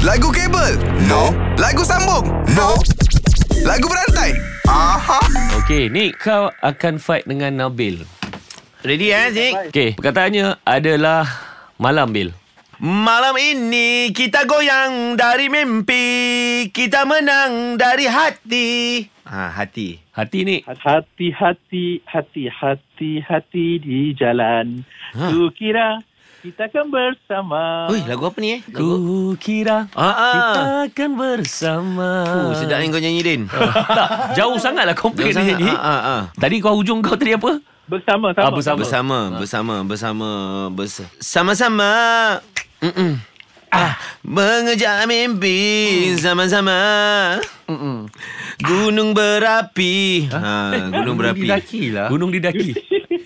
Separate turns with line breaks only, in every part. Lagu kabel? No. Lagu sambung? No. Lagu berantai? Aha.
Okey, ni kau akan fight dengan Nabil.
Ready eh Zik?
Okey, perkataannya adalah malam Bil.
Malam ini kita goyang dari mimpi Kita menang dari hati Ha, hati
Hati ni
Hati-hati, hati-hati, hati di jalan.
Ha.
Tu kira kita akan bersama.
Ui, lagu apa ni eh? Lagu
Ku kira
Ah, ah.
kita akan bersama.
Fuh, Oh, sedap ni kau nyanyi Din
tak, jauh sangatlah komplain
Jauh
ni.
sangat. Ha, ha, ha.
Tadi kau hujung kau tadi apa?
Bersama,
Ah,
sama.
bersama.
sama.
Bersama, bersama, bersama, bersama Sama-sama Mm-mm. Ah, mengejar mimpi sama-sama. Gunung berapi. Ha, gunung berapi.
lah. Gunung didaki.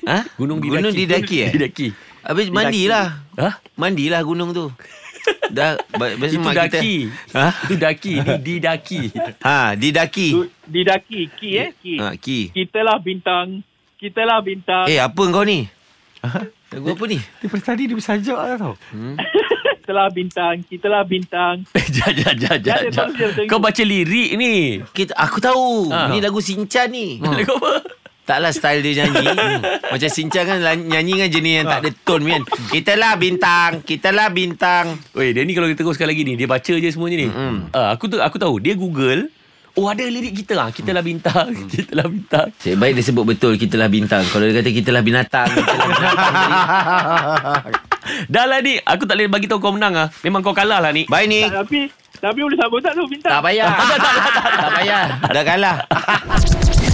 Ha?
Gunung didaki.
Gunung didaki eh?
Didaki.
Habis mandilah.
Hah?
Mandilah gunung tu. Dah ba- biasa
Itu
mak kita.
daki.
Ha?
Itu daki, di, didaki.
Ha, didaki.
Tu, Di daki, ki eh, ki.
Ha, ki.
Kita lah bintang. Kita lah bintang.
Eh, apa kau ni? Lagu apa ni?
Daripada tadi dia bersajak lah tau.
Kita lah bintang. Kita lah bintang.
Jat, jat, jat, jat,
Jangan
jat.
tahu dia macam
Kau
tu.
baca lirik ni.
Kita, aku tahu.
Ha.
Ni lagu Sinchan ni.
Hmm. Kau apa?
Taklah style dia nyanyi. Macam Sinchan kan lan- nyanyi kan jenis yang tak ada tone kan. Kita lah bintang. Kita lah bintang.
Weh, dia ni kalau kita teruskan lagi ni, dia baca je semuanya ni.
Mm-mm.
Ah, aku tu aku tahu, dia Google. Oh, ada lirik kita lah. Kita lah bintang. Kita lah bintang.
Cik, baik dia sebut betul kita lah bintang. Kalau dia kata kita lah binatang. Kita lah binatang.
Dah lah ni, aku tak boleh bagi tahu kau menang ah. Memang kau kalah lah ni.
Baik ni.
Tapi, tapi boleh sambung tak tu bintang?
Tak payah. tak payah. Dah kalah.